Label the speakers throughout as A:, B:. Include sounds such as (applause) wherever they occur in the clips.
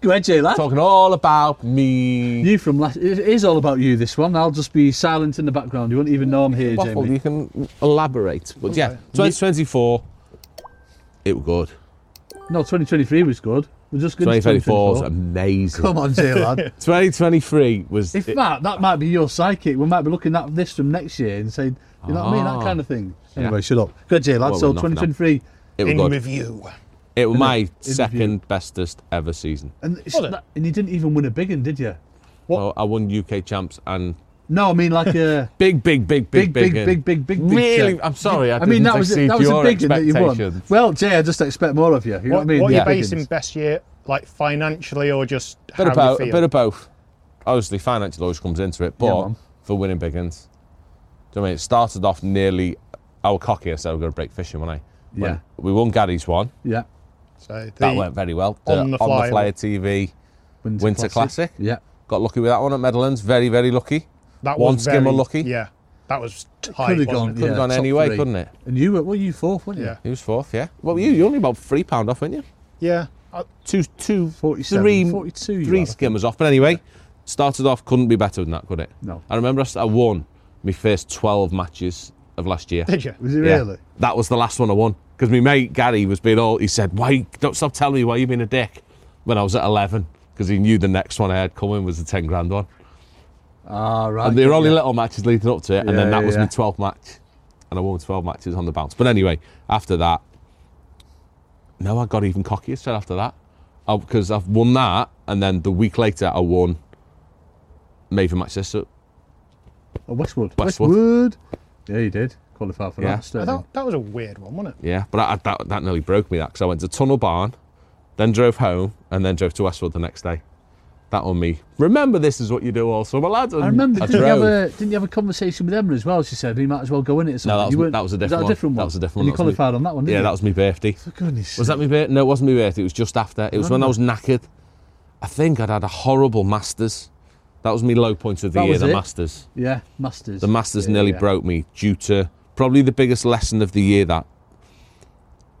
A: Go ahead, Jay, lad.
B: Talking all about me.
A: You from last. It is all about you, this one. I'll just be silent in the background. You won't even know I'm here,
B: Waffle,
A: Jamie.
B: you can elaborate. But yeah, 2024, it was good.
A: No, 2023 was good. We're just good.
B: 2024 is amazing.
C: Come on,
A: (laughs)
C: Jay, lad.
B: 2023 was.
A: If
B: it-
A: Matt, that might be your psychic. We might be looking at this from next year and saying, you know what I mean, that
B: Ah.
A: kind of thing.
B: Yeah.
A: Anyway, shut up. Good, Jay, lad.
B: Well,
A: so
B: we're knocking on.
A: 2023,
B: it was
C: In
B: good.
C: review.
B: It was my
A: review.
B: second bestest ever season.
A: and it's
C: Well,
A: not- and you didn't even win a big one, did you?
B: So I won UK champs and
A: No, I mean
B: (laughs)
A: like uh, a
B: big, big,
A: big,
B: big, big,
A: big,
B: in.
A: big, big, big, big.
B: Really,
A: check.
B: I'm sorry. I,
A: I mean
B: didn't
A: that was
B: exceed
A: that was a
B: your
A: big one that you won.
B: expectations.
A: Well, Jay, I just expect more of you. You know what I
C: What,
A: mean?
C: what are
A: Yeah.
C: you basing
A: Biggins.
C: best year, like financially or just
B: bit
C: how
B: of both,
C: you
B: a
C: feel?
B: bit of both. Obviously, financial always comes into it, but
A: man.
B: for winning big ends. Do you know what I mean? It started off nearly, I was cocky, I said I was going to break fishing, when I? When
A: Yeah.
B: We won Gaddy's one.
A: Yeah.
C: so the,
B: That went very well.
C: On the fly
B: flyer
C: one.
B: TV.
A: Winter,
B: Winter Classic.
A: Yeah.
B: Got lucky with that one at Meadowlands. Very, very lucky.
C: that
B: one
C: was
B: skimmer
C: very-
B: lucky.
C: Yeah, that was tight.
A: Could have
C: wasn't
A: gone.
C: it?
B: Could have
A: yeah,
B: gone
A: top
B: any way,
A: could
B: couldn't it?
A: And you were, were you fourth, weren't you?
C: Yeah.
B: He was fourth, yeah. Well, you, you're only about three pound off, weren't you?
C: Yeah, Oh, I,
B: Two, two,
A: 47,
B: three,
A: 42 you
B: three
A: had, I
B: skimmers off. But anyway, started off, couldn't be better than that, could it?
A: No.
B: I remember I s- I won my first 12 matches of last year.
C: did you?
A: Was it
B: Yeah.
A: really?
B: That was the last one I won because my mate Gary was being all. He said, "Why don't stop telling me why you've been a dick?" When I was at eleven, because he knew the next one I had coming was the ten grand one.
A: Ah, right.
B: And they were only
A: yeah.
B: little matches leading up to it, and
A: Yeah,
B: then that
A: yeah,
B: was
A: yeah.
B: my twelfth match, and I won twelve matches on the bounce. But anyway, after that, no, I got even cockier. Said after that, because I've won that, and then the week later I won Maven Match Sister.
A: Oh, Westwood.
B: Westwood.
A: Yeah, you did qualify for
B: Yeah.
A: that.
C: I
A: straight in.
C: thought that was a weird one, wasn't it?
B: Yeah, but I, I- that, that nearly broke me that because I went to Tunnel Barn, then drove home, and then drove to Westwood the next day. That on me. Remember, this is what you do all summer, lads. and
A: I remember.
B: I
A: Didn't you, have
B: drove.
A: a, didn't you have a conversation with Emma as well? She said he might as well go in it. Or something.
B: No, that was,
A: You weren't-
B: that was a different
A: that
B: one.
A: one.
B: That was a different
A: And you
B: one. That was me-
A: qualified on that one, didn't
B: yeah,
A: you?
B: that was my birthday.
A: For goodness.
B: Was that my birthday? No, it wasn't my birthday. It was just after. It was when I was knackered. I think I'd had a horrible Masters. That was my low point of the
A: That
B: year,
A: was
B: the
A: it?
B: Masters.
A: Yeah, Masters.
B: The Masters
A: Yeah,
B: nearly
A: yeah.
B: broke me due to probably the biggest lesson of the year that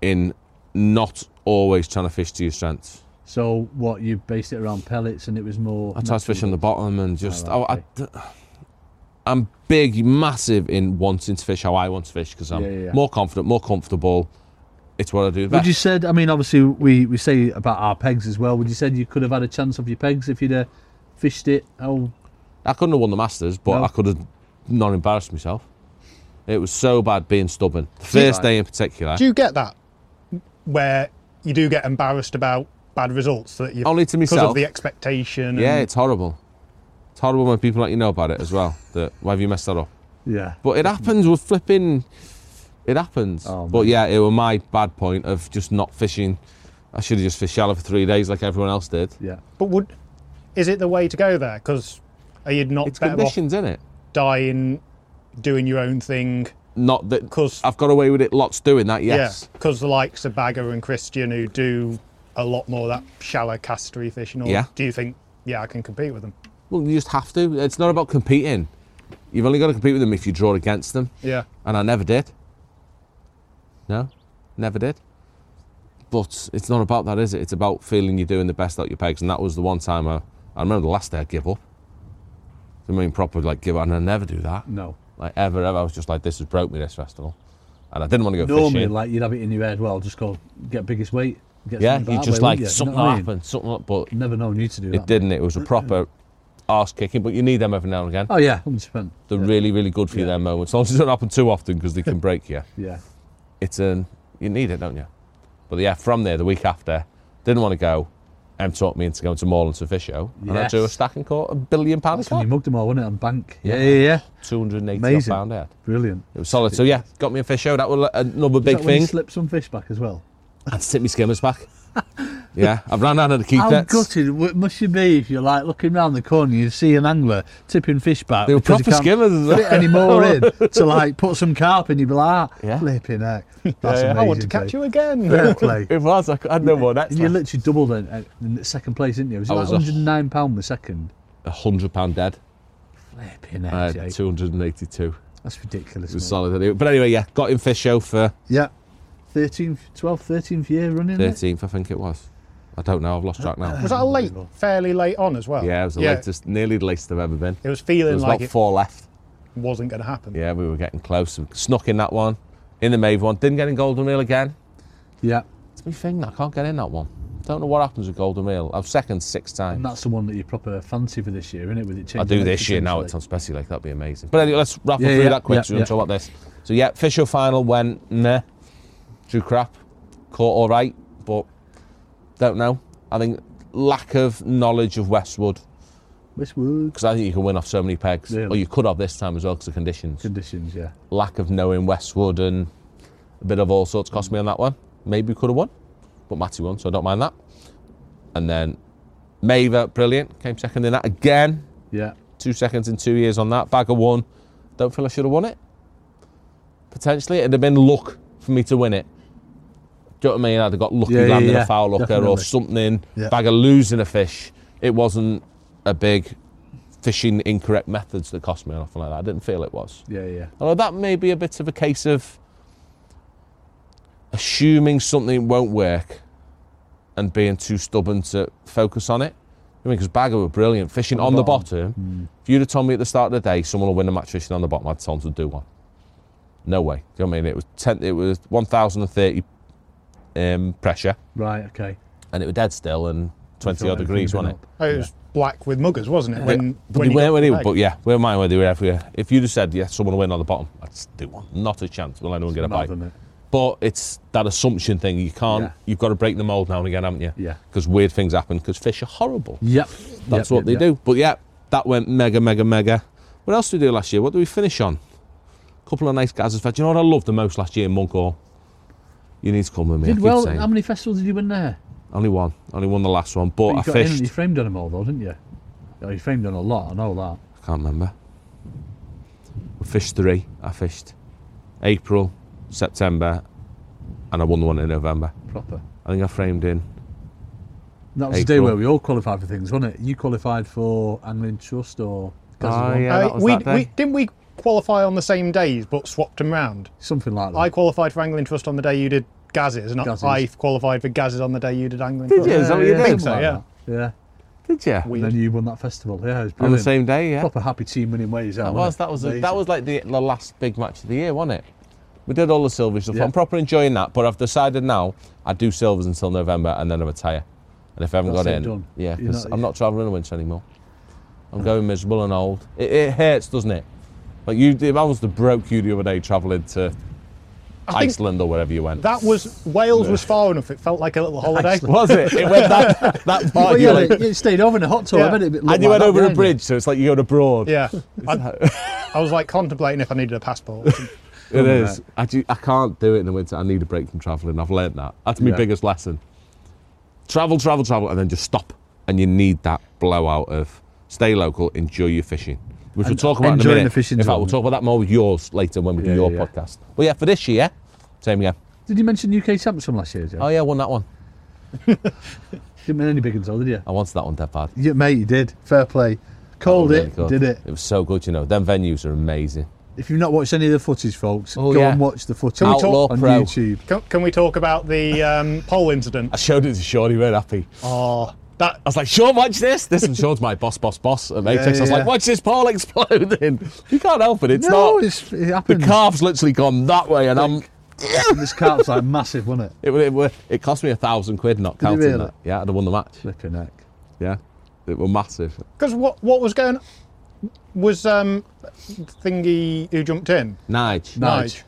B: in not always trying to fish to your strengths.
A: So what? You based it around pellets, and it was more.
B: I tried to fish on the bottom and just.
A: Oh, right,
B: oh, I, am big, massive in wanting to fish how I want to fish because I'm
A: Yeah, yeah, yeah.
B: more confident, more comfortable. It's what I do
A: Would
B: best.
A: you said? I mean, obviously, we, we say about our pegs as well. Would you said you could have had a chance of your pegs if you'd uh, fished it? Oh,
B: I couldn't have won the Masters, but
A: No.
B: I could have not embarrassed myself. It was so bad being stubborn. The first day in particular,
C: Do you get that where you do get embarrassed about bad results that you
B: Only to
C: because
B: myself.
C: of the expectation?
A: um,
B: yeah,
C: and,
B: it's horrible. It's horrible when people let you know about it as well. That why have you messed that up?
A: yeah.
B: But it happens with flipping. It happens.
A: Oh,
B: but yeah, it was my bad point of just not fishing. I should have just fished shallow for three days like everyone else did.
A: Yeah.
C: but would is it the way to go there? Because are you not
B: It's
C: better
B: conditions, isn't it?
C: off dying, doing your own thing?
B: Not that
C: 'Cause-
B: I've got away with it lots doing that. Yes,
C: Yeah, because the likes of Bagger and Christian who do a lot more of that shallow castery fishing. Or
B: Yeah.
C: Do you think? Yeah, I can compete with them.
B: Well, you just have to. It's not about competing. You've only got to compete with them if you draw against them,
C: Yeah.
B: and I never did. No, never did. But it's not about that, is it? It's about feeling you're doing the best out your pegs, and that was the one time I, I remember the last day I give up. I mean, proper like give up, and I never do that.
A: No.
B: Like ever, ever. I was just like, this has broke me this festival, and I didn't want to go
A: Normally,
B: fishing.
A: like you'd have it in your head. Well, just go get biggest weight. Get
B: yeah,
A: something
B: you
A: that
B: just
A: way,
B: like
A: wouldn't you? You know
B: something
A: what I mean?
B: happened, something. like- But
A: Never known you to do
B: It
A: that.
B: didn't. It was a proper arse kicking, but you need them every now and
A: (laughs)
B: again.
A: Oh yeah, hundred percent.
B: They're really, really good for you. Their moments, as long as it doesn't happen too often, because they can break you.
A: Yeah.
B: It's um, you need it, don't you? But yeah, from there, the week after, didn't want to go. Em talked me into going to Moreland to fish show, and I
A: Yes.
B: drew a stack and caught a billion
A: And
B: pound
A: you
B: slot,
A: mugged them all, wasn't it, on bank? Yeah, yeah, yeah.
B: two hundred and eighty
A: Amazing.
B: pound out.
A: Brilliant.
B: It was solid. So yeah, got me a fish show. That was another
A: Is
B: big
A: that when
B: thing.
A: you slipped some fish back as well.
B: I had to tip my
A: (laughs)
B: skimmers back. yeah, I've ran out of the key
A: How
B: tets.
A: gutted w- must you be if you're like looking round the corner, you see an angler tipping fish back.
B: They were
A: because
B: proper
A: he can't
B: skimmers as well.
A: Fit
B: (laughs)
A: any more in to like put some carp in, you'd be like, ah,
B: (laughs) Yeah.
A: flipping heck. That's amazing.
C: I want to catch you again.
A: Fair play.
B: It was. I c- I had no more (laughs) next.
A: And you literally doubled in, uh, in the second place, didn't you? Was it
B: I
A: like
B: was a-
A: 109 pound the second?
B: A hundred pound dead.
A: Flipping
B: I
A: heck,
B: had
A: Jake.
B: two hundred and eighty-two.
A: That's ridiculous.
B: It was
A: mate.
B: solid anyway. But anyway, yeah, got in fish show for
A: Yeah. 13th, 12th, 13th year running. isn't it?
B: 13th, I think it was. I don't know. I've lost track now.
C: Was that a late, fairly late on as well?
B: Yeah, it was the latest, nearly the latest I've ever been.
C: It was
B: There
C: feeling
B: was
C: like
B: about
C: it
B: four left.
C: wasn't going to happen.
B: Yeah, we were getting close. We snuck in that one, in the Mave one. Didn't get in Golden Reel again.
A: Yeah.
B: It's my thing. I can't get in that one. Don't know what happens with Golden Reel. I was second six times.
A: And that's the one that you proper fancy for this year, isn't it? With it changing.
B: I do
A: legs
B: this year now. It's
A: potentially.
B: on Specie Lake. That'd be amazing. But anyway, let's wrap
A: Yeah,
B: up through
A: yeah,
B: that quick.
A: yeah,
B: so we
A: yeah.
B: can talk about this. So yeah, official final went nah, drew crap, caught all right, but don't know. I think lack of knowledge of Westwood
A: This works.
B: because I think you can win off so many pegs,
A: Really?
B: or you could have this time as well because of conditions.
A: Conditions, yeah.
B: Lack of knowing Westwood and a bit of all sorts cost me on that one. Maybe we could have won, but Matty won, so I don't mind that. And then Maver, brilliant, came second in that again
A: Yeah.
B: two seconds in two years on that. Bagger won. Don't feel I should have won it. Potentially, it'd have been luck for me to win it. Do you know what I mean? I'd have got lucky
A: Yeah, yeah,
B: landing
A: yeah,
B: a foul hooker or
A: definitely.
B: something.
A: Yeah.
B: Bagger losing a fish. It wasn't a big fishing incorrect methods that cost me or nothing like that. I didn't feel it was.
A: Yeah, yeah.
B: Although that may be a bit of a case of assuming something won't work and being too stubborn to focus on it. I mean, because Bagger were brilliant fishing on,
A: On the
B: the bottom. Hmm.
A: bottom.
B: If you'd have told me at the start of the day someone will win a match fishing on the bottom, I'd told them to do one. No way. Do you know what I mean? It was ten, It was 1,030 um, pressure,
A: Right, okay.
B: and it was dead still and 20 odd degrees, wasn't it?
C: Oh, it was black with muggers, wasn't it? When,
B: but
C: when
B: they
C: you got
B: weren't
C: the
B: really,
C: peg?
B: but yeah, we were mine where they were everywhere. If you'd have said, yeah, someone will win on the bottom, I'd s- do one. Not a chance. Will anyone get a bite?
A: it?
B: But it's that assumption thing. You can't.
A: Yeah.
B: You've got to break the mold now and again, haven't you?
A: Yeah.
B: Because weird things happen. Because fish are horrible.
A: Yep. Yep,
B: That's what
A: yep,
B: they
A: yep.
B: do. But yeah, that went mega, mega, mega. What else did we do last year? What did we finish on? A couple of nice guys. In fact, you know what I loved the most last year? Munkor. You need to come with me. I
A: Did
B: keep
A: well.
B: saying.
A: How many festivals did you win there?
B: Only one. Only won the last one. But,
A: you
B: I
A: got in and
B: fished.
A: you framed on them all, though, didn't you? Oh, you framed on a lot. I know that.
B: I can't remember. We fished three. I fished April, September, and I won the one in November.
A: Proper.
B: I think I framed in
A: And that was the day
B: April.
A: where we all qualified for things, wasn't it? You qualified for Angling Trust or Gazelle,
B: Oh, yeah, that
C: Uh,
B: was
C: we,
B: that day.
C: we didn't we qualify on the same days but swapped them round.
A: something like that.
C: I qualified for Angling Trust on the day you did Gazes, not
A: Gazes.
C: I qualified for Gazes on the day you did Angling
B: Did
C: Trust.
B: you? Is that what you did?
C: think so,
A: Something
C: yeah.
A: like that. Yeah.
B: Did you?
A: And then you won that festival. Yeah, it was
B: on the
A: brilliant.
B: same day, yeah.
A: Proper happy team winning ways.
B: That was that was that was like the, the last big match of the year, wasn't it? We did all the silvers stuff.
A: Yeah.
B: I'm proper enjoying that, but I've decided now I do silvers until November and then I retire. And if I haven't
A: That's
B: got
A: it,
B: in,
A: done.
B: yeah,
A: You're
B: because
A: not-
B: I'm not travelling a winter anymore. I'm going miserable and old. It, it hurts, doesn't it? Like you, if I was the broke you the other day travelling to
C: think
B: Iceland or wherever you (laughs) went.
C: That was Wales was far enough. It felt like a little holiday.
B: was it? It went that that far.
A: (laughs) Well,
B: you're
A: yeah,
B: like-
A: it, it stayed over in a hot tub.
C: Yeah.
A: I bet it looked
B: and you
A: like
B: went
A: that,
B: over a
A: didn't you?
B: bridge, so it's like you go to Broad. (laughs)
C: Yeah, I, I was like contemplating if I needed a passport.
B: It
A: Something
B: is. I, do, I can't do it in the winter. I need a break from travelling. I've learnt that. That's my
A: Yeah.
B: biggest lesson. Travel, travel, travel, and then just stop. And you need that blowout of stay local, enjoy your fishing, which we'll
A: And
B: talk about in a
A: enjoying
B: minute.
A: the fishing
B: in fact,
A: zone.
B: we'll talk about that more with yours later when we do
A: Yeah,
B: your
A: yeah, yeah.
B: podcast. But yeah, for this year, same again.
A: Did you mention UK champs from last year, Joe?
B: Oh yeah, I won that one.
A: Didn't win any big ones, though, did you?
B: I wanted that one dead bad.
A: Yeah, mate, you did. Fair play. Called
B: Really
A: it,
B: good.
A: did it.
B: It was so good, you know. Them venues are amazing.
A: If you've not watched any of the footage, folks,
B: Oh,
A: go
B: yeah.
A: and watch the footage
B: we talk-
A: on
B: Outlaw Pro.
A: YouTube.
C: Can, can we talk about the um, pole incident?
B: (laughs) I showed it to Sean. He weren't happy.
C: Oh, that
B: I was like, Sean, watch this. This and Sean's my boss, boss, boss at Matex. I was
A: yeah,
B: like,
A: yeah.
B: watch this pole exploding. (laughs) You can't help it. It's
A: no,
B: not.
A: it's, it
B: the
A: happened.
B: calf's literally gone that way, and I'm.
A: (laughs) this carp's like massive, wasn't it?
B: It, wa- it, wa- it cost me a thousand quid not
A: you
B: counting
A: really?
B: that. Yeah, I'd have won the match.
A: Flipping heck.
B: Yeah, it was massive.
C: because what what was going was um, thingy who jumped in
B: Nige.
A: Nige.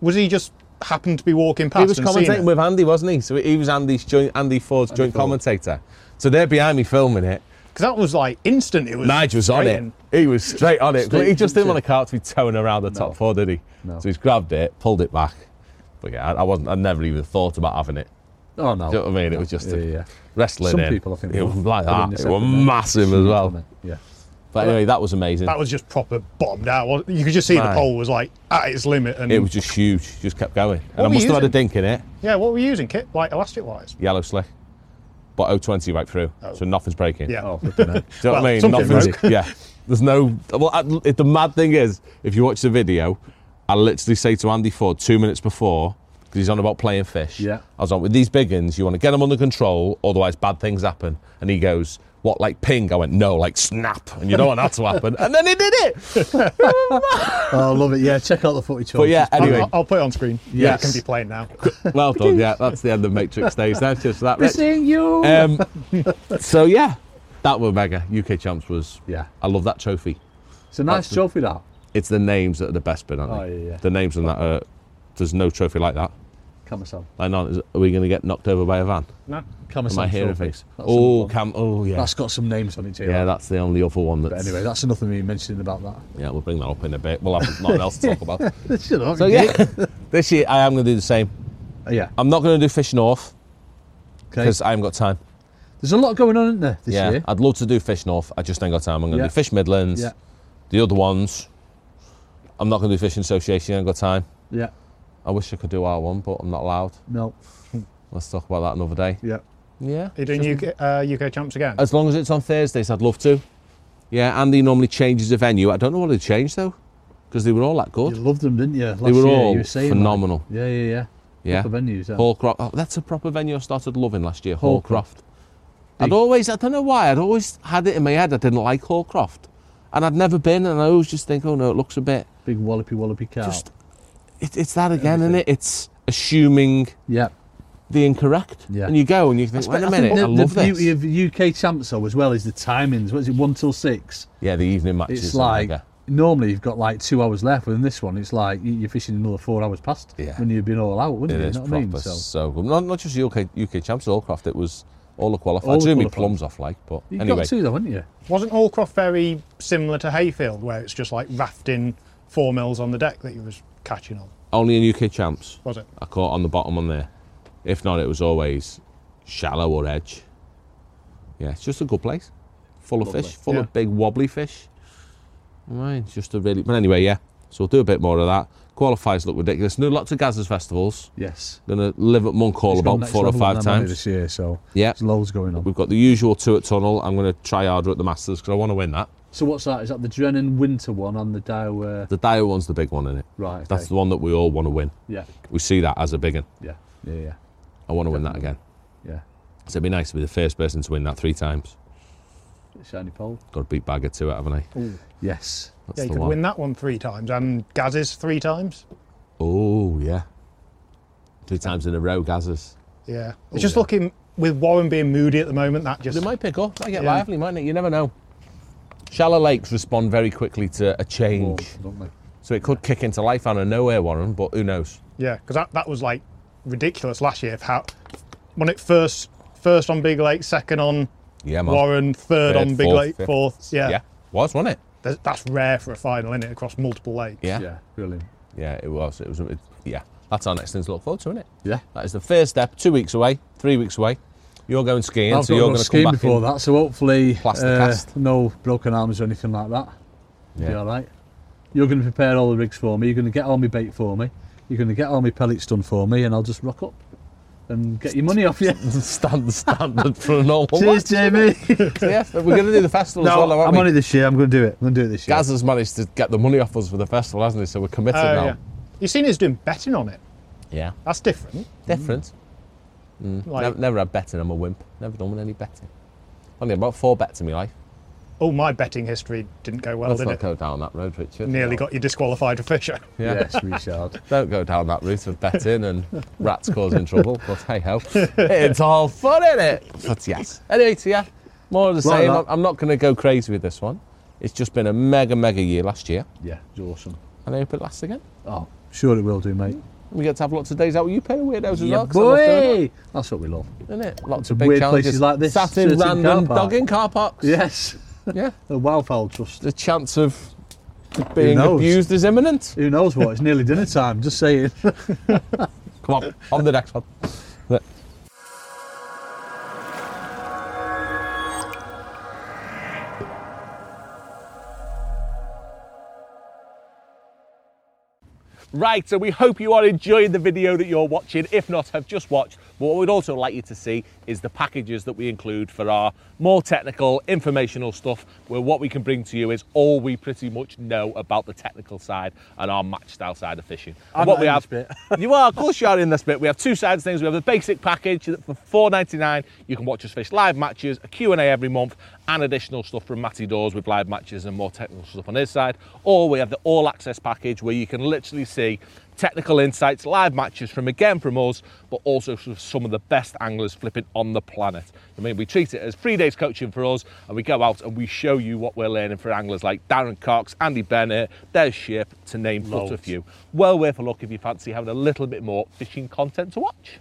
C: Was he just happened to be walking past?
B: He was
C: and seen
B: commentating
C: it?
B: with Andy, wasn't he? So he was Andy's joint, Andy Ford's joint
A: Ford.
B: commentator. So they're behind me filming it.
C: Because that was like instant. It was.
B: Nige was on
C: straight
B: it.
C: in.
B: He was straight on it.
A: Straight
B: he just didn't
A: into
B: want a cart to be towing around the top four, did he?
A: No.
B: So he's grabbed it, pulled it back. But yeah, I, I wasn't. I never even thought about having it.
A: Oh, no.
B: Do you know what I mean? It was just
A: yeah,
B: a
A: yeah.
B: wrestling.
A: Some
B: in.
A: people, I think,
B: it
A: will
B: was like
A: put in
B: that.
A: this
B: It was
A: effort, don't they?
B: massive as
A: Huge,
B: well.
A: wasn't it? Yeah.
B: But anyway, that was amazing.
C: That was just proper bombed out. wasn't it? You could just see
B: Aye.
C: the pole was like at its limit. And
B: It was just huge. Just kept going, and I
C: were
B: must
C: you
B: have had a
C: using?
B: dink in it,
C: yeah, what were you using, Kit? Like elastic wise.
B: yellow slick, but 020 right through, so nothing's breaking.
C: Yeah. (laughs)
A: Oh, flipping heck.
B: Do you know
C: Well,
B: what I mean?
C: something
B: Nothing's- yeah. There's no. Well, I, it- the mad thing is, if you watch the video, I literally say to Andy Ford two minutes before, because he's on about playing fish.
A: Yeah.
B: I was on with these big uns, you want to get them under control, otherwise bad things happen. And he goes, What, like ping? I went, No, like snap. And you don't want that to happen. And then he did it.
A: Oh, I love it. Yeah, check out the footage.
B: But yeah, uh,
C: I'll-
B: anyway.
C: I'll, I'll put it on screen. Yeah, it
B: Yes.
C: can be playing now.
B: Well done. Yeah, that's the end of Matrix Days. That's just that. Rich.
A: missing you.
B: Um, so yeah, that were mega. UK champs was.
A: yeah,
B: I love that trophy.
A: it's a nice
B: That's the-
A: trophy that.
B: It's the names that are the best bit, aren't they?
A: Oh, yeah, yeah.
B: The names on that. Are, there's no trophy like that.
A: Come myself.
B: Like, no, is, are we going to get knocked over by a van?
C: No.
A: Come
B: Am
A: myself.
B: I hearing
A: trophy.
B: things?
A: That's another
B: Oh,
A: one.
B: Cam. Oh, yeah.
A: that's got some names on it too.
B: yeah, that's the only other one
A: But
B: that's.
A: anyway, that's enough of me mentioning about
B: (laughs)
A: that.
B: Yeah, we'll bring that up in a bit. We'll have nothing else to talk about.
A: (laughs) Shut up.
B: So yeah, this year I am going to do the same.
A: yeah.
B: I'm not going to do Fish North
A: Okay.
B: because I haven't got time.
A: There's a lot going on, isn't there, this
B: yeah,
A: year?
B: I'd love to do Fish North. I just ain't got time. I'm going to
A: Yeah.
B: do Fish Midlands.
A: Yeah.
B: The other ones, I'm not going to do Fishing Association. I ain't got time.
A: Yeah.
B: I wish I could do our one, but I'm not allowed.
A: No.
B: Let's talk about that another day.
A: Yeah.
B: Yeah.
C: Are you doing UK, uh, UK champs again?
B: As long as it's on Thursdays, I'd love to. Yeah, Andy normally changes the venue. I don't know what he changed though, because they were all that
A: You
B: good.
A: loved them, didn't you? Last
B: They were
A: year,
B: all
A: you were saying that.
B: phenomenal.
A: Yeah, yeah, yeah.
B: Yeah.
A: Proper venues. yeah.
B: Hallcroft. Oh, that's a proper venue I started loving last year,
A: Hallcroft.
B: Hallcroft.
A: Big-
B: I'd always, I don't know why, I'd always had it in my head I didn't like Hallcroft. And I'd never been, and I always just think, oh no, it looks a bit.
A: Big wallopy wallopy cow.
B: Just, it, it's that again, isn't it? It's assuming
A: yeah.
B: the incorrect.
A: Yeah.
B: And you go and you think, wait
A: But
B: a
A: I think
B: minute, I,
A: the, the
B: love this.
A: beauty of UK champs though as well is the timings. What is it, one till six?
B: yeah, the evening matches.
A: It's
B: are
A: like
B: mega.
A: normally you've got like two hours left, but in this one it's like you- you're fishing another four hours past
B: Yeah.
A: when you've been all out, wouldn't
B: It
A: you?
B: is
A: you know what I
B: proper
A: mean?
B: so,
A: So
B: good. Not, not just UK, UK champs at Allcroft, it was all the qualifiers.
A: All
B: I
A: the
B: drew me
A: qualifiers.
B: plums off, like, but
A: you have
B: anyway.
A: got two though, haven't you?
C: Wasn't Allcroft very similar to Hayfield, where it's just like rafting four mils on the deck that you was catching on?
B: Only in UK champs.
C: Was it?
B: I caught on the bottom on there. If not, it was always shallow or edge. Yeah, it's just a good place. Full of
A: Lovely.
B: fish, full
C: Yeah.
B: of big wobbly fish. Right, it's just a really. But anyway, yeah. So we'll do a bit more of that. Qualifiers look ridiculous. New lots of Gazza's festivals.
A: Yes.
B: Gonna live at Monk Hall
A: It's gone
B: about
A: next
B: four or
A: level on
B: five
A: them, hasn't it,
B: times.
A: this year, so
B: Yeah.
A: there's loads going on.
B: We've got the usual two at Tunnel. I'm gonna try harder at the Masters because I want to win that.
A: So what's that? Is that the Drennan Winter one on the Dow? Uh,
B: The Dio one's the big one in it.
A: right. Okay.
B: That's the one that we all want to win.
A: yeah,
B: We see that as a big one.
A: yeah, yeah, yeah,
B: I want to win that again.
A: yeah.
B: So it'd be nice to be the first person to win that three times.
A: Shiny pole.
B: Got to beat Bagger to it, haven't I?
A: Yes.
B: That's
C: yeah, you
B: the
C: could
B: one.
C: win that one three times and Gaz's three times.
B: Oh yeah, two times in a row, Gazers.
C: Yeah. It's just looking with Warren being moody at the moment, that just
B: They might pick up. They get
C: Yeah.
B: lively, mightn't it? You never know. Shallow lakes respond very quickly to a
A: Warm,
B: change,
A: don't they?
B: so it could kick into life out of nowhere, Warren. But who knows?
C: Yeah, because that, that was like ridiculous last year of how when it first first on Big Lake, second on
B: Yeah, man.
C: Warren,
B: Third,
C: third, on Big
B: fourth,
C: Lake,
B: fifth.
C: fourth. Yeah.
B: Yeah. was wasn't it?
C: Th- That's rare for a final, innit? Across multiple lakes.
B: Yeah. yeah,
A: Yeah, brilliant.
B: it was. It was. It, yeah, that's our next thing to look forward to, isn't it?
A: Yeah.
B: That is the first step. Two weeks away. Three weeks away. You're going skiing,
A: I've
B: so
A: got
B: you're
A: a
B: going to come
A: scheme
B: back
A: before
B: in.
A: that, so hopefully
B: Plaster
A: uh,
B: cast.
A: no broken arms or anything like that.
B: Yeah.
A: Be all right. You're going to prepare all the rigs for me. You're going to get all my bait for me. You're going to get all my pellets done for me, and I'll just rock up and get your money off you.
B: Stand standard for a normal.
A: (laughs) Cheers,
B: (laughs) What?
A: Jamie.
B: Yes, we're going to do the festival as well, though, aren't
A: I'm
B: we?
A: on it this year. I'm going to do it. I'm going to do it this year.
B: Gaz has managed to get the money off us for the festival, hasn't he? So we're committed
C: Oh,
B: now.
C: yeah. You've seen us doing betting on it.
B: Yeah.
C: That's different.
B: Different.
C: Like,
B: never, never had betting. I'm a wimp. Never done any betting. Only about four bets in my life.
C: all oh, my betting history didn't go well,
B: Let's
C: did
B: not
C: it?
B: go down that road, Richard.
C: Nearly
B: No.
C: got you disqualified for Fisher.
B: Yeah.
A: Yes,
B: (laughs)
A: Richard.
B: Don't go down that route of betting and rats causing trouble. But hey ho, it's all fun, is it? But yes. Anyway, so yeah, more of the
A: Like
B: same.
A: that.
B: I'm- I'm not going to go crazy with this one. It's just been a mega, mega year last year,
A: Yeah, it's awesome.
B: and I hope it lasts again.
A: Oh, sure it will do, mate.
B: We get to have lots of days out with you, pair of weirdos as well. 'cause I love doing
A: boy. That's what we love.
B: it, isn't it? Lots
A: To
B: of big
A: weird
B: challenges.
A: places like this,
B: Sat in
A: sitting car
B: random
A: park.
B: dogging car parks.
A: Yes.
B: Yeah.
A: The Wildfowl Trust.
B: The chance of being
A: knows?
B: abused is imminent.
A: Who knows what? It's nearly dinner time. Just saying.
B: Come on, on the next one. Look. Right, so we hope you are enjoying the video that you're watching. If not, have just watched. But what we'd also like you to see is the packages that we include for our more technical, informational stuff, where what we can bring to you is all we pretty much know about the technical side and our match style side of fishing. And
A: I'm not
B: what we
A: in
B: have,
A: this
B: (laughs) you are, of course, you are in this bit. We have two sides of things. We have the basic package that for 4.99. You can watch us fish live matches, a Q&A every month, and additional stuff from Matty Dawes with live matches and more technical stuff on his side. Or we have the all access package where you can literally see technical insights, live matches from again from us, but also from some of the best anglers flipping on the planet. I mean, we treat it as three days coaching for us, and we go out and we show you what we're learning for anglers like Darren Cox, Andy Bennett, Des Ship, to name but a
A: Loads.
B: few. Well worth a look if you fancy having a little bit more fishing content to watch.